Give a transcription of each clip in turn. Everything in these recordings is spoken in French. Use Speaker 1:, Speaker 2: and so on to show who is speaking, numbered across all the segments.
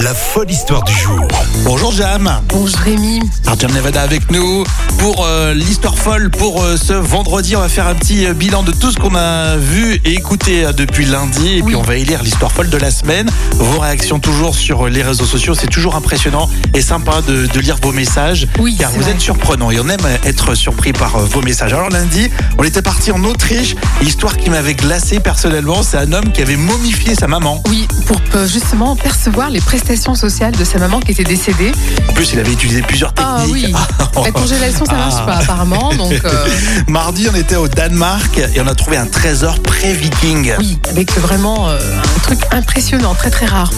Speaker 1: La folle histoire du jour.
Speaker 2: Bonjour Jam.
Speaker 3: Bonjour Rémi.
Speaker 2: Alors Jam Nevada avec nous pour euh, l'histoire folle pour euh, ce vendredi. On va faire un petit euh, bilan de tout ce qu'on a vu et écouté euh, depuis lundi. Et
Speaker 3: Oui.
Speaker 2: puis on va élire l'histoire folle de la semaine. Vos réactions toujours sur euh, les réseaux sociaux. C'est toujours impressionnant et sympa de, de lire vos messages.
Speaker 3: Oui,
Speaker 2: Car
Speaker 3: c'est
Speaker 2: vous
Speaker 3: vrai.
Speaker 2: êtes surprenants et on aime euh, être surpris par euh, vos messages. Alors lundi, on était parti en Autriche. Histoire qui m'avait glacé personnellement. C'est un homme qui avait momifié sa maman.
Speaker 3: Oui, pour euh, justement percevoir les prestations sociales de sa maman qui était décédée.
Speaker 2: En plus, il avait utilisé plusieurs
Speaker 3: Ah
Speaker 2: techniques.
Speaker 3: oui, la congélation, ça
Speaker 2: Ah.
Speaker 3: marche pas apparemment. Donc euh,
Speaker 2: Mardi, on était au Danemark et on a trouvé un trésor pré-viking.
Speaker 3: oui, avec vraiment euh, un truc impressionnant, très très rare.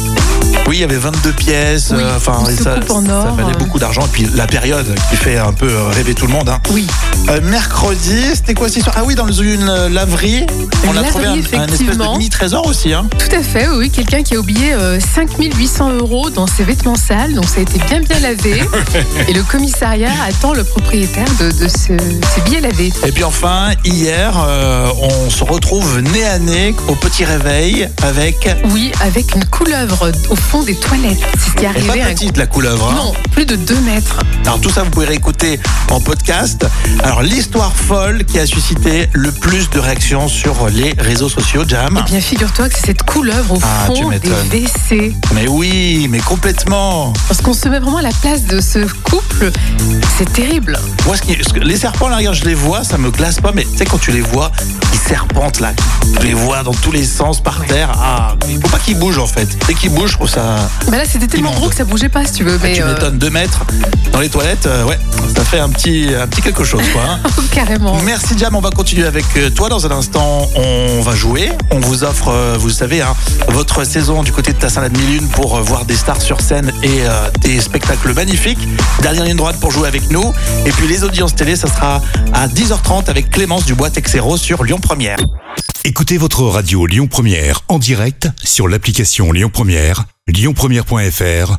Speaker 2: Oui, il y avait 22 pièces.
Speaker 3: Oui,
Speaker 2: euh, Enfin,
Speaker 3: une
Speaker 2: et ça,
Speaker 3: soucoupe en
Speaker 2: ça
Speaker 3: or,
Speaker 2: valait
Speaker 3: euh.
Speaker 2: beaucoup d'argent. Et puis la période qui fait un peu euh, rêver tout le monde. hein.
Speaker 3: Oui,
Speaker 2: Euh, mercredi, c'était quoi cette histoire Ah oui, dans une euh, laverie, on a
Speaker 3: Une
Speaker 2: trouvé un,
Speaker 3: laverie,
Speaker 2: un espèce de
Speaker 3: effectivement.
Speaker 2: mini-trésor aussi. hein.
Speaker 3: tout à fait. Oui, quelqu'un qui a oublié euh, 5800 euros dans ses vêtements sales, donc ça a été bien bien lavé. Et le commissariat attend le propriétaire de, de ce- ces billets lavés.
Speaker 2: Et puis enfin, hier, euh, on se retrouve nez à nez au petit réveil avec.
Speaker 3: Oui, avec une couleuvre au fond des toilettes. C'est ce qui est
Speaker 2: Elle est pas
Speaker 3: arrivé. à un-
Speaker 2: petite la couleuvre. hein.
Speaker 3: Non, plus de 2 mètres.
Speaker 2: Alors tout ça, vous pouvez réécouter en podcast. Alors l'histoire folle qui a suscité le plus de réactions sur les réseaux sociaux, Jam.
Speaker 3: Bien, figure-toi que c'est cette couleuvre au
Speaker 2: Ah, tu
Speaker 3: fond des
Speaker 2: m'étonnes.
Speaker 3: WC.
Speaker 2: Mais oui, mais complètement.
Speaker 3: Parce qu'on se met vraiment à la place de ce couple, c'est terrible.
Speaker 2: Moi, ce qui- ce que- les serpents, là, regarde, je les vois, ça me glace pas, mais tu sais, quand tu les vois, ils serpentent, là. Tu les vois dans tous les sens, par terre. Ah, il faut pas qu'ils bougent, en fait. Dès qu'ils bougent, je trouve ça...
Speaker 3: Bah là, c'était tellement
Speaker 2: Immonde.
Speaker 3: gros que ça bougeait pas, si tu veux. Mais
Speaker 2: Ah, tu
Speaker 3: euh,
Speaker 2: m'étonnes, 2 mètres dans les toilettes, euh, ouais, ça fait un petit, un petit quelque chose, quoi. hein.
Speaker 3: carrément.
Speaker 2: Merci Jam, on va continuer avec euh, toi dans un instant. On va jouer. On vous offre, euh, vous savez, hein, votre saison du côté de Tassin la demi-lune pour euh, voir des stars sur scène et euh, des spectacles magnifiques. Dernière ligne droite pour jouer avec nous. Et puis les audiences télé, ça sera à 10h30 avec Clémence Dubois Texero sur Lyon Première.
Speaker 1: Écoutez votre radio Lyon Première en direct sur l'application Lyon Première, lyonpremière.fr